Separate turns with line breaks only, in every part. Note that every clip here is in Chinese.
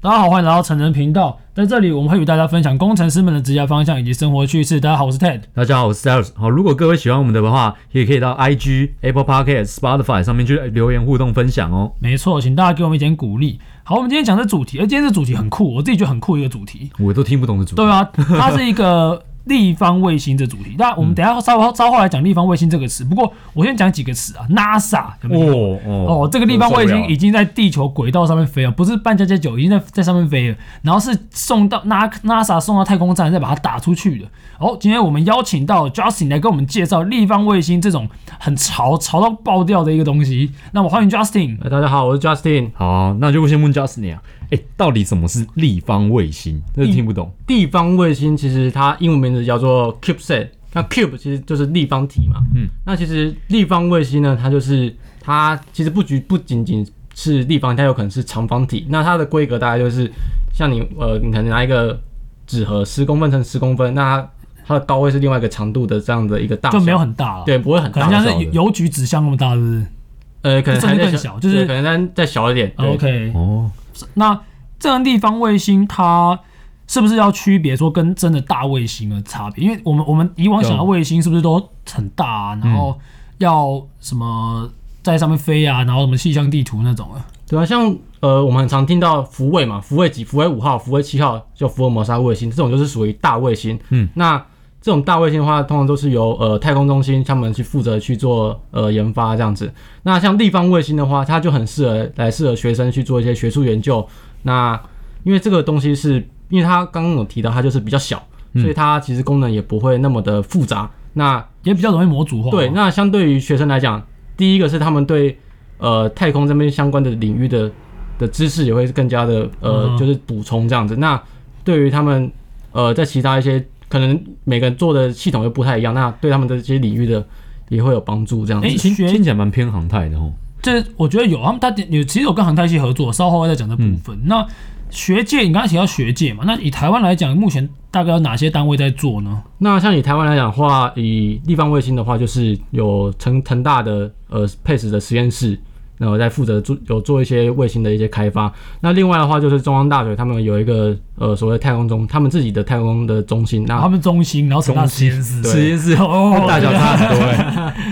大家好，欢迎来到成人频道，在这里我们会与大家分享工程师们的职业方向以及生活趣事。大家好，我是 Ted。
大家好，我是 Stars。好，如果各位喜欢我们的话，也可以到 IG、Apple Podcast、Spotify 上面去留言互动分享哦。
没错，请大家给我们一点鼓励。好，我们今天讲的主题，呃而今天这主题很酷，我自己觉得很酷一个主题。
我都听不懂的主题
对，啊，它是一个立方卫星的主题。那我们等一下稍后稍后来讲立方卫星这个词。不过我先讲几个词啊，NASA 有没有？
哦哦
哦，这个立方卫星已
已
经在地球轨道上面飞了，不是半加加九，已经在在上面飞了，然后是送到 Na NASA 送到太空站，再把它打出去的。哦，今天我们邀请到 Justin 来跟我们介绍立方卫星这种很潮潮到爆掉的一个东西。那我欢迎 Justin。
哎，大家好，我是 Justin。
好，那就先问 Justin 啊，哎、到底什么是立方卫星？那听不懂。
地方卫星其实它英文名字叫做 CubeSat，那
嗯
Cube 其实就是立方体嘛。
嗯，
那其实立方卫星呢，它就是它其实不局不仅仅是立方，它有可能是长方体。那它的规格大概就是像你呃，你可能拿一个纸盒十公分乘十公分，那它它的高位是另外一个长度的这样的一个大小，
就没有很大了，
对，不会很
可
大
能，像
小
是
的
邮邮局纸箱那么大，是不是？
呃，可能
甚
还
至
在
更小就是
对可能再再小一点。对
OK，
哦，
那这样地方卫星它是不是要区别说跟真的大卫星的差别？因为我们我们以往想到卫星是不是都很大、啊，然后要什么在上面飞啊，然后什么气象地图那种啊？
对啊，像呃，我们很常听到福卫嘛，福卫几、福卫五号、福卫七号，就福尔摩沙卫星，这种就是属于大卫星。
嗯，
那这种大卫星的话，通常都是由呃太空中心他们去负责去做呃研发这样子。那像立方卫星的话，它就很适合来适合学生去做一些学术研究。那因为这个东西是因为它刚刚有提到，它就是比较小，所以它其实功能也不会那么的复杂。那
也比较容易模组化。
对，那相对于学生来讲，第一个是他们对呃太空这边相关的领域的的知识也会更加的呃，
嗯
就是补充这样子。那对于他们呃在其他一些可能每个人做的系统又不太一样，那对他们的这些领域的也会有帮助这样子。
哎
听
学
听起来蛮偏航太的哦。
这我觉得有，他们他有其实有跟航太系合作，稍后会再讲这部分。那学界，你刚才提到学界嘛，那以台湾来讲，目前大概有哪些单位在做呢？
那像以台湾来讲的话，以地方卫星的话，就是有成成大的呃 PACE 的实验室，那我在负责做有做一些卫星的一些开发。那另外的话，就是中央大学他们有一个呃所谓太空中，他们自己的太空的中心。那
他们中心，然后成大实验室，
啊对
实验室
哦
大小差很多、哎。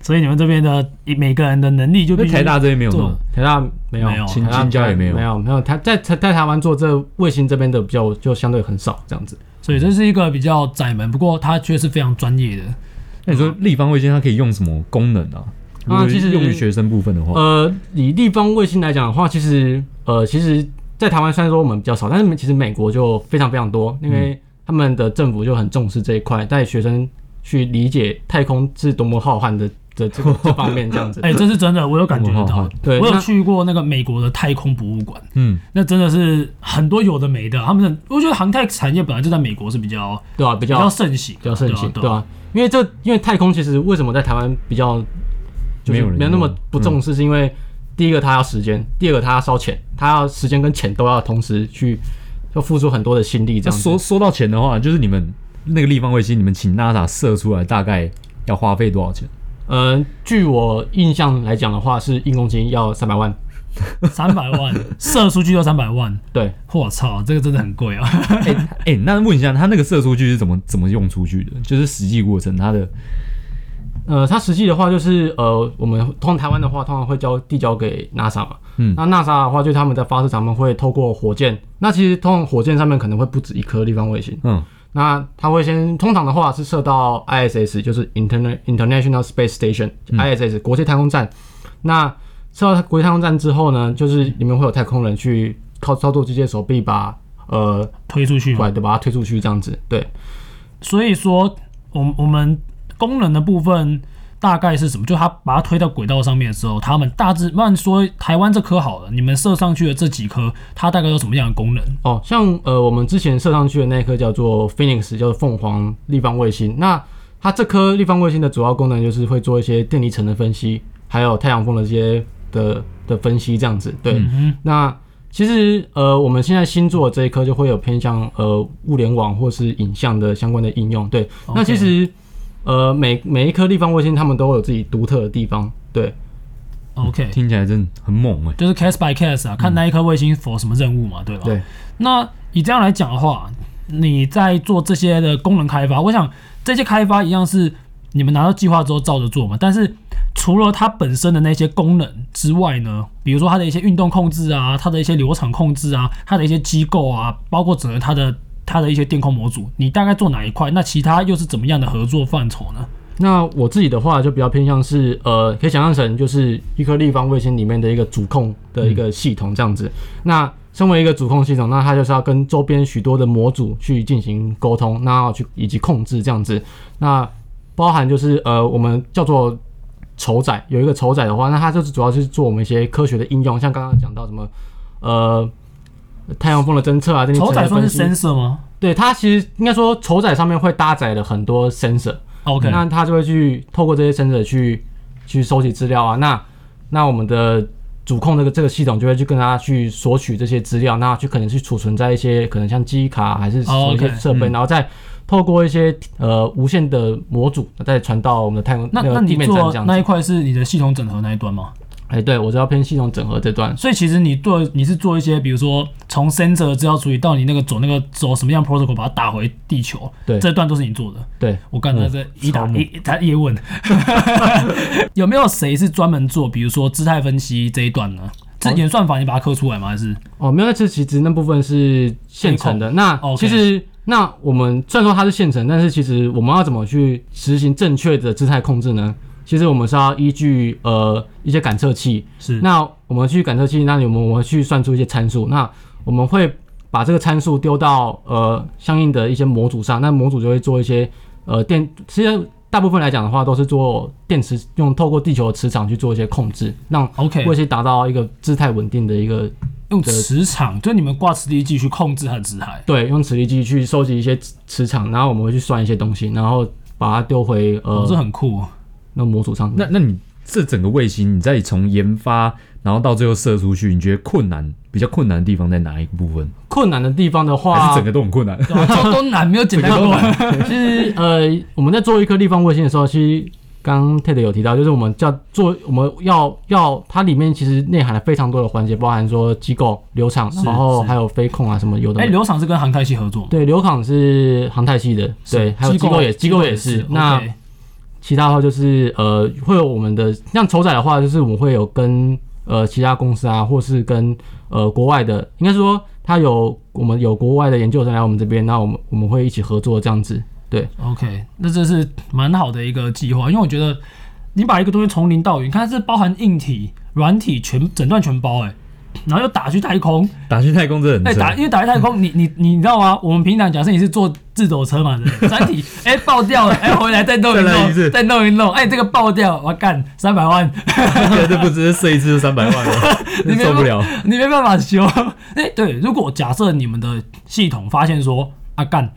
所以你们这边的每个人的能力就必
那
须
台大这边没有
做
弄，
台大没有
没有，
青
台大
青交也没有
没有没有，台在在在台湾做这卫星这边的比较就相对很少这样子。
所以这是一个比较窄门，不过它却是非常专业的。
那你说立方卫星它可以用什么功能啊？如
啊
果
其实
用于学生部分的话，
呃，以立方卫星来讲的话，其实呃，其实，在台湾虽然说我们比较少，但是其实美国就非常非常多，因为他们的政府就很重视这一块，带学生去理解太空是多么浩瀚的的这个这方面这样 子。
哎、这是真的，我有感觉得
我好
到
好。
对
我有
那
去过那个美国的太空博物馆，
嗯，
那真的是很多有的没的。他们的，我觉得航太产业本来就在美国是比较
对啊，比
比较
较
盛行，
比较盛行，
对啊对
对
啊
啊？因为这因为太空其实为什么在台湾比较就
没
是
有人
没有那么
用
不重视，是因为第一个它要时间，第二个它要烧钱，它要时间跟钱都要同时去，要付出很多的心力这
那
样子。
说说到钱的话，就是你们那个立方卫星，你们请 NASA 射出来大概要花费多 少钱？
呃，据我印象来讲的话，是一公斤要三百万。
三百 万射出去就三百万，
对，
我操，这个真的很贵啊！
哎、哎、那问一下，它那个射出去是怎么怎么用出去的？就是实际过程，它的
呃，它实际的话就是呃，我们通台湾的话，通常会交递交给 NASA 嘛。
嗯
那 NASA 的话，就是他们在发射场，他们会透过火箭。那其实通常火箭上面可能会不止一颗立方卫星。
嗯
那它会先通常的话是射到 ISS，就是 Interna International Space Station，ISS、国际太空站。那射到国际太空站之后呢，就是里面会有太空人去靠操作机械手臂把呃
推出去嘛，
拐的把它推出去这样子。对。
所以说，我们我们功能的部分大概是什么？就它把它推到轨道上面的时候，他们大致慢说台湾这颗好了，你们射上去的这几颗，它大概有什么样的功能？
哦，像呃，我们之前射上去的那一颗叫做 Phoenix，叫做凤凰立方卫星。那它这颗立方卫星的主要功能就是会做一些电离层的分析，还有太阳风的这些的的分析，这样子。对，那其实呃，我们现在新做的这一颗就会有偏向呃物联网或是影像的相关的应用。对那其实呃每每一颗立方卫星，它们都有自己独特的地方。对，
OK，
听起来真的很猛哎、
就是 case by case 啊，看那一颗卫星 for 什么任务嘛，对吧？
嗯对，
那以这样来讲的话，你在做这些的功能开发，我想这些开发一样是你们拿到计划之后照着做嘛。但是除了它本身的那些功能之外呢，比如说它的一些运动控制啊，它的一些流场控制啊，它的一些机构啊，包括整个它的它的一些电控模组，你大概做哪一块？那其他又是怎么样的合作范畴呢？
那我自己的话就比较偏向是，呃，可以想象成就是一颗立方卫星里面的一个主控的一个系统这样子。那身为一个主控系统，那它就是要跟周边许多的模组去进行沟通，那要去以及控制这样子。那包含就是呃，我们叫做筹载，有一个筹载的话，那它就是主要是做我们一些科学的应用，像刚刚讲到什么呃太阳风的侦测啊，这些
丑仔算
分
是
析。
sensor 吗
对它其实应该说筹载上面会搭载了很多 sensor。
？OK，
那他就会去透过这些 sensor 去去收集资料啊。那那我们的主控这个这个系统就会去跟他去索取这些资料，那去可能去储存在一些可能像记忆卡啊还是什
哦
么一些
，OK，
设备然后再透过一些呃无线的模组再传到我们的太空
那
个
那
地
你
面站
做
这样
那
子。
一块是你的系统整合那一端吗？
哎，对我知道偏系统整合这段。
所以其实你做你是做一些，比如说从 sensor 的资料处理到你那个走那个走什么样 protocol 把它打回地球，
对哦
这段都是你做的。
对，
我刚才这一打
超猛
一一打一问， 有没有谁是专门做，比如说姿态分析这一段呢？是演算法你把它刻出来吗？还是
哦，没有，那其实其实那部分是现成的。那
哦，OK
其实那我们虽然说它是现成，但是其实我们要怎么去实行正确的姿态控制呢？其实我们是要依据呃一些感测器，
是
那我们去感测器那里我们我们去算出一些参数，那我们会把这个参数丢到呃相应的一些模组上，那模组就会做一些呃电，其实大部分来讲的话都是做电磁用透过地球的磁场去做一些控制，让
OK
卫星达到一个姿态稳定的一个
用磁场，就你们挂磁力计去控制它的姿态。
对，用磁力计去收集一些磁磁场，然后我们会去算一些东西，然后把它丢回
哦，这
呃
很酷哦。
那模组上。
那那你这整个卫星，你再从研发，然后到最后射出去，你觉得困难比较困难的地方在哪一个部分？
困难的地方的
还是
话，
整个都很困难？
对吧这都难，没有简单过。
其实呃我们在做一颗立方卫星的时候，其实刚刚 Ted 有提到，就是我们叫做我们要要它里面其实内涵了非常多的环节，包含说机构、流场，然后还有飞控啊什么有的
哎，
没的。
流场是跟航太系合作吗？
对，流场是航太系的，对，还有机
哎
构也机构也是。那
OK
其他的话就是呃，会有我们的像筹仔的话，就是我们会有跟呃其他公司啊，或是跟呃国外的，应该说他有我们有国外的研究生来我们这边，那我们我们会一起合作这样子。对，
OK，那这是蛮好的一个计划，因为我觉得你把一个东西从零到零，你看它是包含硬体、软体全整段全包、欸，然后又 打去太空，
打去太空真的
哎、
很
打
扯。
因为打去太空，你你你知道吗？我们平常假设你是坐自走车嘛，对不 对？三体，哎、爆掉了，哎、回来再弄一
再来一次
弄，再弄一弄，哎、这个爆掉，我干三百 万，
这不只是射一次就三百万了，
你没
受不了。
你没办法修。哎、对，如果假设你们的系统发现说啊干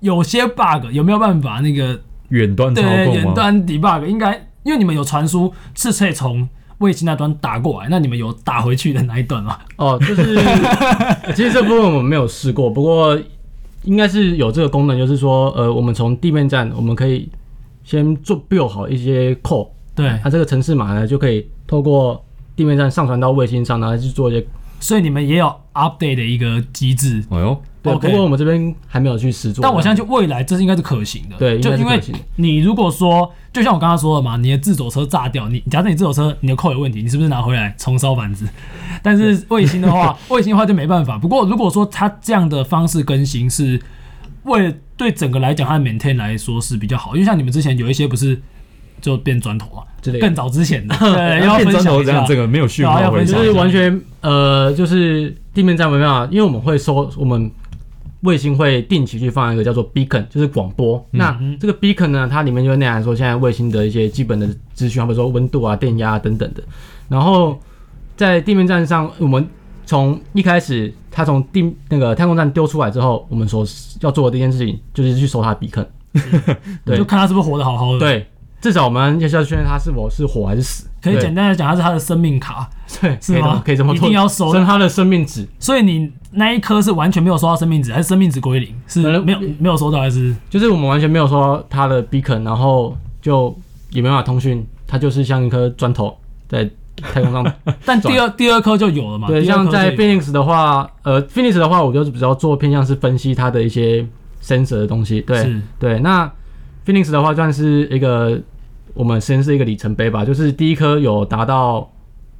有些 bug，有没有办法那个
远端操
对，
控
远
吗？
端 debug 应该，因为你们有传输是可以从卫星那端打过来，那你们有打回去的那一段吗？
哦，就是 其实这部分我们没有试过，不过应该是有这个功能，就是说呃，我们从地面站我们可以先做 build 好一些 code，
对
那、，这个城市码呢就可以透过地面站上传到卫星上，然后去做一些
所以你们也有 update 的一个机制。
哎呦，
对
OK
不过我们这边还没有去实做。
但我相信未来这是应该是可行的，
啊对
就
应
因
该是
为
可行的
你如果说，就像我刚刚说的嘛，你的自走车炸掉，你假设你自走车你的扣有问题，你是不是拿回来重烧板子？但是卫星的 话，卫星的话就没办法。不过如果说它这样的方式更新是为了对整个来讲，它的 maintain 来说是比较好，因为像你们之前有一些不是就变砖头嘛，啊
之类的
更早之 前的，对，哎要
变
分
砖
享
头
一
这样，
下
这。个没有讯
对啊
号
要
回
分
传
享一
就是
下
完全呃，就是地面站没办法，因为我们会收我们卫星会定期去放一个叫做 beacon，就是广播。
嗯
那这个 beacon 呢，它里面就会内涵说现在卫星的一些基本的资讯，比如说温度啊、电压、啊、等等的。然后在地面站上，我们从一开始它从地那个太空站丢出来之后，我们所要做的第一件事情就是去收它 的 beacon。对
就看它是不是活得好好的。，
对，至少我们要要确认它是否是活还是死。
可以
对
简单的讲，它是它的生命卡，
对，
是
可以这么
吗
可以这么
一
做，
定要收
生他的生命值，
所以你那一颗是完全没有收到生命值，还是生命值归零？是
可能
没有没有收到，还是
就是我们完全没有收到他的 beacon，然后就也没办法通讯，它就是像一颗砖头在 太空上。
但第二第二颗就有了嘛？
对，
第二颗
像
就
在
有
Phoenix 的话，呃，Phoenix 的话，我就是比较做偏向是分析它的一些 sensor 的东西。对
是
对，那 Phoenix 的话算是一个我们实验室一个里程碑吧，就是第一颗有达到，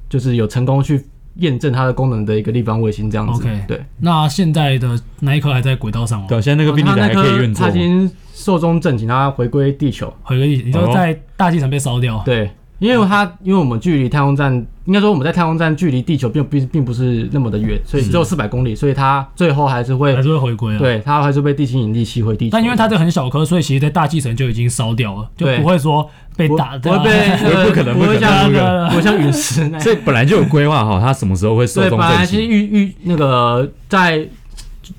就是有成功去验证它的功能的一个立方卫星这样子。
OK
对，
那现在的那一颗还在轨道上吗？哦
对啊，现在那个宾利
它
达
哦
还
那
可以
颗
运作
它
吗
已，经寿终正寝，它回归地球。
回个意，你
哦
就在大气层被烧掉。啊
对，因为它因为我们距离太空站，应该说我们在太空站距离地球并并并不是那么的远，所以只有四百公里，所以它最后还是会
还是会回归啊。，
对，它还是被地心引力吸回地球。
但因为它这个很小颗，所以其实，在大气层就已经烧掉了，就
对
不会说被
不
打
不
掉。
会被
不会不可能
不
不可
会
能
像
不可
不
能
会像陨石 那样。
所以本来就有规划好，它什么时候会寿
对，
终
本
正
来是
寝。
预预那个在，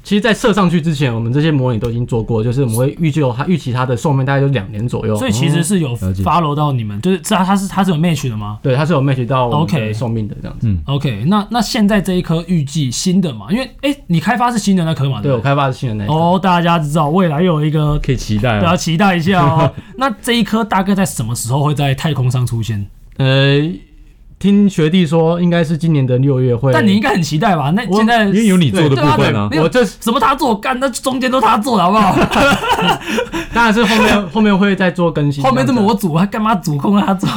其实，在射上去之前，我们这些模拟都已经做过，就是我们会预计它预期它的寿命大概就两年左右。 嗯
所以其实是有
了解
follow 到你们，就是知道它是它是有 match 的吗
对，它是有 match 到我们
OK
的寿命的这样子。
？OK，那那现在这一颗预计新的嘛？因为哎、诶你开发是新的那颗嘛？
对
对
我
不对，
开发的新的那一颗，
哦，大家知道未来又有一个，
可以期待
对啊，
啊！
期待一下 哦。那这一颗大概在什么时候会在太空上出现？
呃，听学弟说应该是今年的六月会。
但你应该很期待吧？那现在
因为有你做的部分
对
啊
啊，对
我这是
什么他做干，那中间都他做的好不好？
当然是后面后面会再做更新。
后面这么我主，他干嘛主控他做？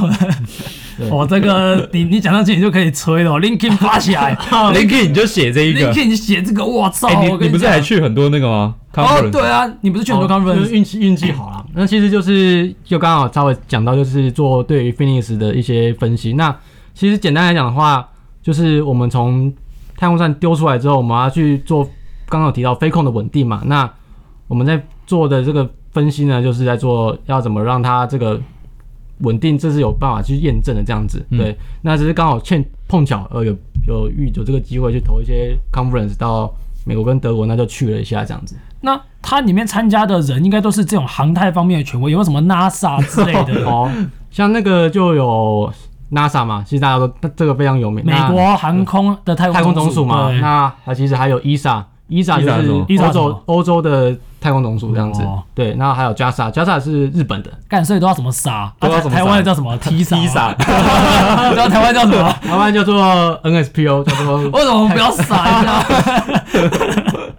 我这个你你讲到这里就可以吹了，Linkin 发起 来
啊
Linky 你就写这一个，
，Linkin 你写这个，我操！
哎，
哦
你
我跟
你不是
讲
还去很多那个吗？
哦
conference？，
对啊，你不是去很
哦
多
就
conference？
是运气运气好了。嗯那其实就是就刚好稍微讲到，就是做对于 Phoenix 的一些分析。那其实简单来讲的话，就是我们从太空站丢出来之后，我们要去做刚刚有提到飞控的稳定嘛。那我们在做的这个分析呢，就是在做要怎么让它这个稳定，这是有办法去验证的这样子。
嗯
对，那只是刚好欠碰巧呃有有遇有这个机会去投一些 conference 到美国跟德国，那就去了一下这样子。
那它里面参加的人应该都是这种航太方面的权威，有没有什么 NASA 之类的？
哦，像那个就有 NASA 嘛，其实大家都这个非常有名。
美国航空的太空
那太空总署
署
嘛，
对
那它其实还有 E ESA，ESA
ESA
就
是什么
是
ESA 是
欧
什
洲
么
欧洲的太空总署这样子
哦。
对，然后还有 JAXA，JAXA 是日本的，
干所以都要什么傻？
都要
啊
什么
台台湾的
傻
叫什么 T 傻？
傻，
知道台湾叫什么？
台湾叫做 NSPO，叫做
为什么不要傻一下？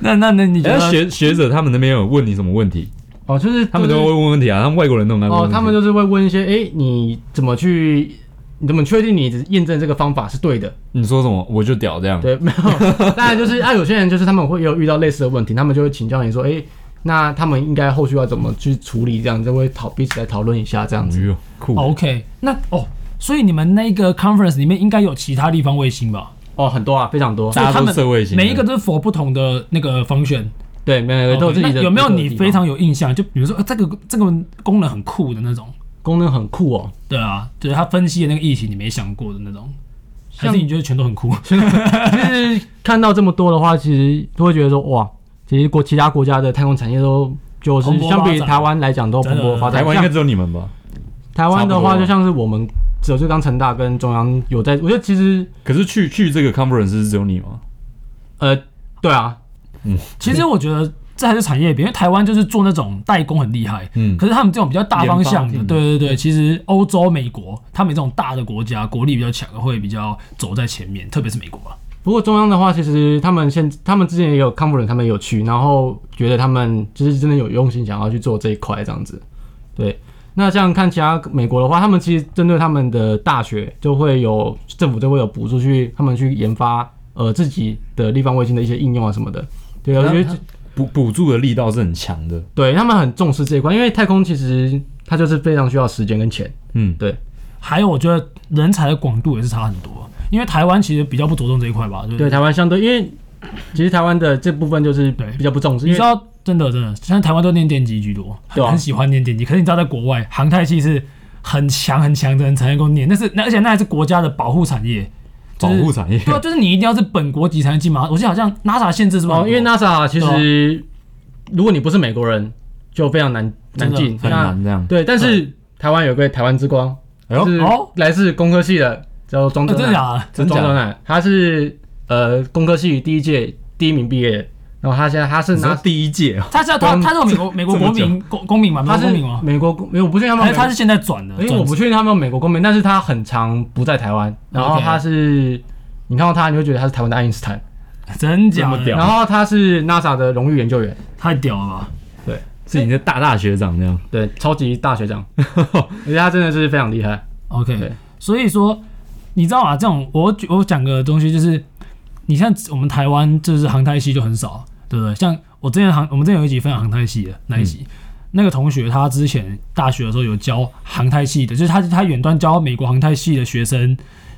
那那那你觉
哎，
得？
学学者他们那边有问你什么问题？
哦，就是
他们都会
就是
问问题啊，他们外国人都很爱问
哦
问，题。
他们就是会问一些，哎，你怎么去？你怎么确定你验证这个方法是对的？
你说什么我就屌这样。
对，没有。当然就是啊，有些人就是他们会有遇到类似的问题，他们就会请教你说，哎、那他们应该后续要怎么去处理？这样就会讨彼此来讨论一下这样子。
哎呦，酷。
OK，那哦，所以你们那个 conference 里面应该有其他地方卫星吧？
哦，很多啊，非常多。
大家
所
都
以他们
射卫星的
每一个都是 for 不同的那个 function。
对，每个都有自己的。
哦那有没有
自己的
你
地方
非常有印象？就比如说、呃、这个这个功能很酷的那种，
功能很酷哦？
对啊，就是他分析的那个议题你没想过的那种，还
像
是你觉得全都很酷？
就是 看到这么多的话，其实都会觉得说，哇，其实国其他国家的太空产业都就是
蓬勃
相比
发展
台湾来讲都蓬勃发展。
台湾应该
像
只有你们吧？
台湾的
差
话，
不多
就像是我们只有就刚成大跟中央有在，我觉得其实
可是去去这个 conference 是只有你吗？
呃，对啊，
其实我觉得这还是产业别，因为台湾就是做那种代工很厉害，
嗯
可是他们这种比较大方向
研
的，
发嗯
对对对，其实欧洲、美国他们这种大的国家国力比较强，会比较走在前面，特别是美国啊吧。
不过中央的话，其实他们现他们之前也有 conference，他们也有去，然后觉得他们就是真的有用心想要去做这一块这样子。对，那像看其他美国的话，他们其实针对他们的大学就会有政府就会有补助去他们去研发呃自己的立方卫星的一些应用啊什么的。对，我觉得
补补助的力道是很强的。
对他们很重视这一块，因为太空其实它就是非常需要时间跟钱。
嗯，
对
还有，我觉得人才的广度也是差很多，因为台湾其实比较不着重这一块吧，对不
对，
对？
台湾相对因为其实台湾的这部分就是
对
比较不重视，
你
因
知
为
道，真的真的，现在台湾都念电机居多，
对啊
很喜欢念电机。可是你知道，在国外航太系是很强很强的人才能够念，那是那而且那还是国家的保护产 业，就
保
是
护产业
对啊，就是你一定要是本国籍才能进嘛。我记得好像 NASA 限制是啊吧？
哦，因为 NASA 其
嗯对啊
实、如果你不是美国人，就非常难
真
难
的
进，
很
那
难这样。
对，但是台湾有个台湾之光，
哎呦，
是
哦
来自工科系的，叫庄
呃
哦真
真的
乃，
假的？
真
庄
假
真乃，他是呃工科系第一届第一名毕业的，然然后他现在他是
你说
拿
第一届哦，
他是他
光
他是有美国美国
这么
国民公公民嘛？美
他
国
是
公民吗？
美国公，没有我不确定他们
还
有
是
没有
他是现在转的？
因为
转
我不确定他有没有美国公民，但是他很长不在台湾，然后
OK
他是你看到他，你会觉得他是台湾的爱因斯坦，
真假
这
的
么屌
然后他是 NASA 的荣誉研究员，
太屌了吧！
是你的大大学长这样。
对，超级大学长， 而且他真的是非常厉害，
OK，
对
所以说你知道吗？这种我举我讲个东西就是，你像我们台湾就是航太系就很少，对不对？像我之前航我们之前有一集分享航太系的那一集，那个同学他之前大学的时候有教航太系的，就是他他远端教美国航太系的学生。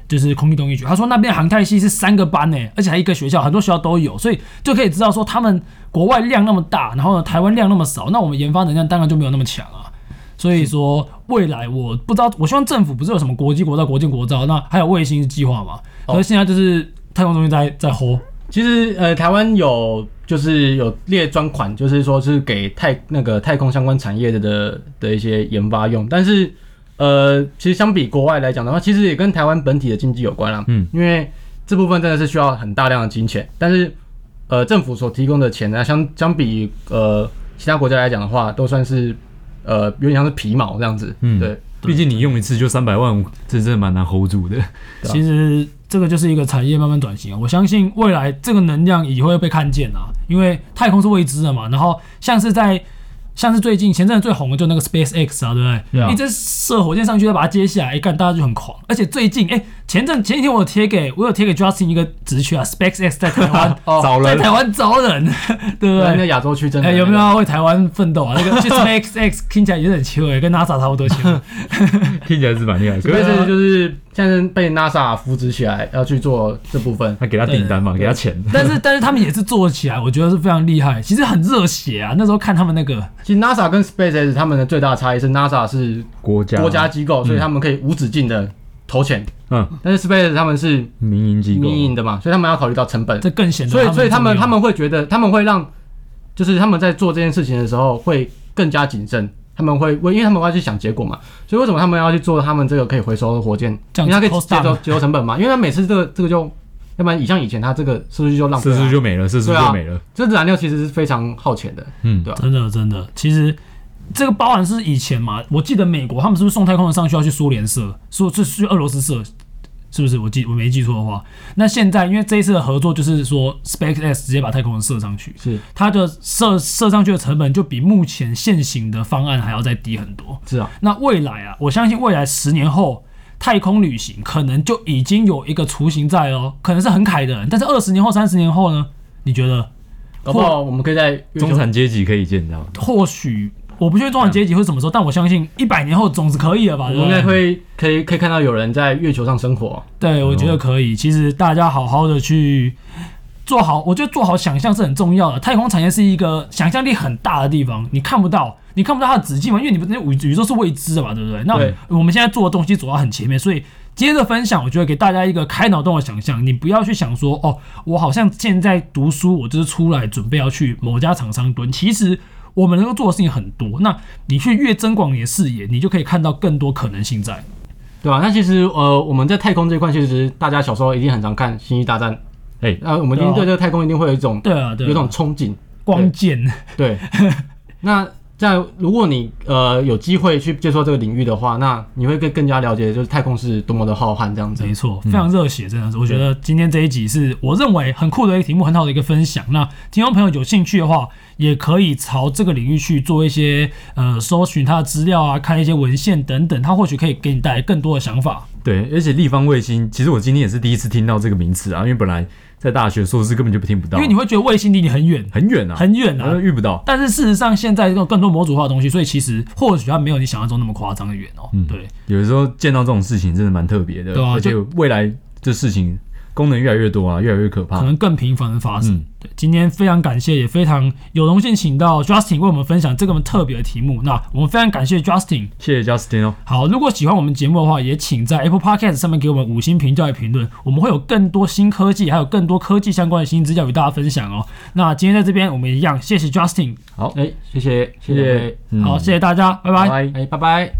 就是空气动力学，他说那边航太系是三个班呢，而且还一个学校，很多学校都有，所以就可以知道说他们国外量那么大，然后呢台湾量那么少，那我们研发能量当然就没有那么强啊。所以说，未来我不知道，我希望政府不是有什么国际国造、国进国造，那还有卫星计划嘛？可是现在就是太空中心在在 hold，
其实呃，台湾有就是有列专款，就是说是给太那个太空相关产业的的的一些研发用，但是呃，其实相比国外来讲的话，其实也跟台湾本体的经济有关啦，
嗯，
因为这部分真的是需要很大量的金钱，但是呃，政府所提供的钱呢，啊相相比呃其他国家来讲的话，都算是呃有点像是皮毛这样子，
嗯
对，
毕竟你用一次就三百万，这真的蛮难 hold 住的。
对啊
其实这个就是一个产业慢慢转型啊。我相信未来这个能量也会被看见啊，因为太空是未知的嘛。然后像是在像是最近前阵子最红的就那个 Space X 啊，对不对？
对啊
一直射火箭上去，再把它接下来，哎干大家就很狂。而且最近，哎，前阵前几天我有贴给我有贴给 Justin 一个职缺啊，Space X 在台 湾
哦
找
在
人
台湾招人，啊对不
对，那
对？
亚洲区真的
哎、
那个、
有没有要为台湾奋斗啊？那 个其实 Space X 听起来有点奇哎，跟 NASA 差不多奇怪。
听起来是蛮厉害的，可
所以
是
啊
这就是现在被 NASA 扶植起来，要去做这部分。
他给他订单嘛，给他钱。
但是但是他们也是做起来，我觉得是非常厉害，其实很热血啊。那时候看他们那个，
其实 NASA 跟 SpaceX 他们的最大差异是 NASA 是
国
啊
家
国家机构，
嗯
所以他们可以无止境的投钱，
嗯，
但是 SpaceX 他们是
民营机构，
民营的嘛，所以他们要考虑到成本。
这更显得
所以所以他们
重要
他们会觉得他们会让，就是他们在做这件事情的时候会更加谨慎。他们会为，因为他们要去想结果嘛，所以为什么他们要去做他们这个可以回收的火箭？
这
因
样
为
子
它可
cost
以节
down
收节收成本嘛。因为他每次这个这个就，要不然以像以前他这个是不是就浪费
四
了啊？
处就没了，四处
对啊
就没了。
这燃料其实是非常耗钱的，
嗯
对吧？
真的真的，其实这个包含是以前嘛，我记得美国他们是不是送太空人上去要去苏联射，说这是去俄罗斯射，是不是？我记我没记错的话，那现在因为这一次的合作就是说 SpaceX 直接把太空人射上去，
是
它的射射上去的成本就比目前现行的方案还要再低很多。
是啊，
那未来啊，我相信未来十年后，太空旅行可能就已经有一个雏形在哦，可能是很凯的人，但是二十年后、三十年后呢？你觉得
搞不好我们可以在月球
中产阶级可以见到，
或许我不确定中产阶级会什么时候，但我相信一百年后总是可以了吧？
我
对
们
不
应该
对？
会可以可以看到有人在月球上生活。
对，我觉得
哦
可以。其实大家好好的去做好，我觉得做好想象是很重要的。太空产业是一个想象力很大的地方，你看不到，你看不到它的直径嘛，因为你不那宇宇宙是未知的嘛，对不对？那
对
我们现在做的东西走到很前面，所以。今天的分享，我觉得给大家一个开脑洞的想象，你不要去想说哦，我好像现在读书，我就是出来准备要去某家厂商蹲。其实我们能够做的事情很多，那你去越增广你的视野，你就可以看到更多可能性在。
对啊，那其实呃，我们在太空这一块，其实大家小时候一定很常看《星际大战》，
哎
那我们一定对这个太空一定会有一种、
对啊，对啊，
有一种憧憬。
光剑。
对，那在如果你呃有机会去接触这个领域的话，那你会更更加了解就是太空是多么的浩瀚这样子。
没错，非常热血，真的是。我觉得今天这一集是我认为很酷的一个题目，很好的一个分享。那听众朋友有兴趣的话，也可以朝这个领域去做一些呃搜寻它的资料啊，看一些文献等等，它或许可以给你带来更多的想法。
对，而且立方卫星，其实我今天也是第一次听到这个名词啊，因为本来在大学硕士根本就听不到，
因为你会觉得卫星离你很远，
很远啊，
很远
然后
啊。
遇不到。
但是事实上，现在有更多模组化的东西，所以其实或许它没有你想象中那么夸张的远哦。对，
有时候见到这种事情真的蛮特别的，
对啊
而且
就
未来这事情功能越来越多啊，越来越可
可
怕。
能更频繁的发生。
嗯
对，今天非常感谢，也非常有荣幸请到 Justin 为我们分享这个特别的题目。那我们非常感谢 Justin。
谢谢 Justin 哦，
好，如果喜欢我们节目的话，也请在 Apple Podcast 上面给我们五星评价与评论，我们会有更多新科技，还有更多科技相关的新资料与大家分享哦。那今天在这边，我们一样谢谢 Justin，
好，
哎，谢谢，
谢
谢
谢，嗯
好，谢谢大家，拜拜。
哎，拜拜。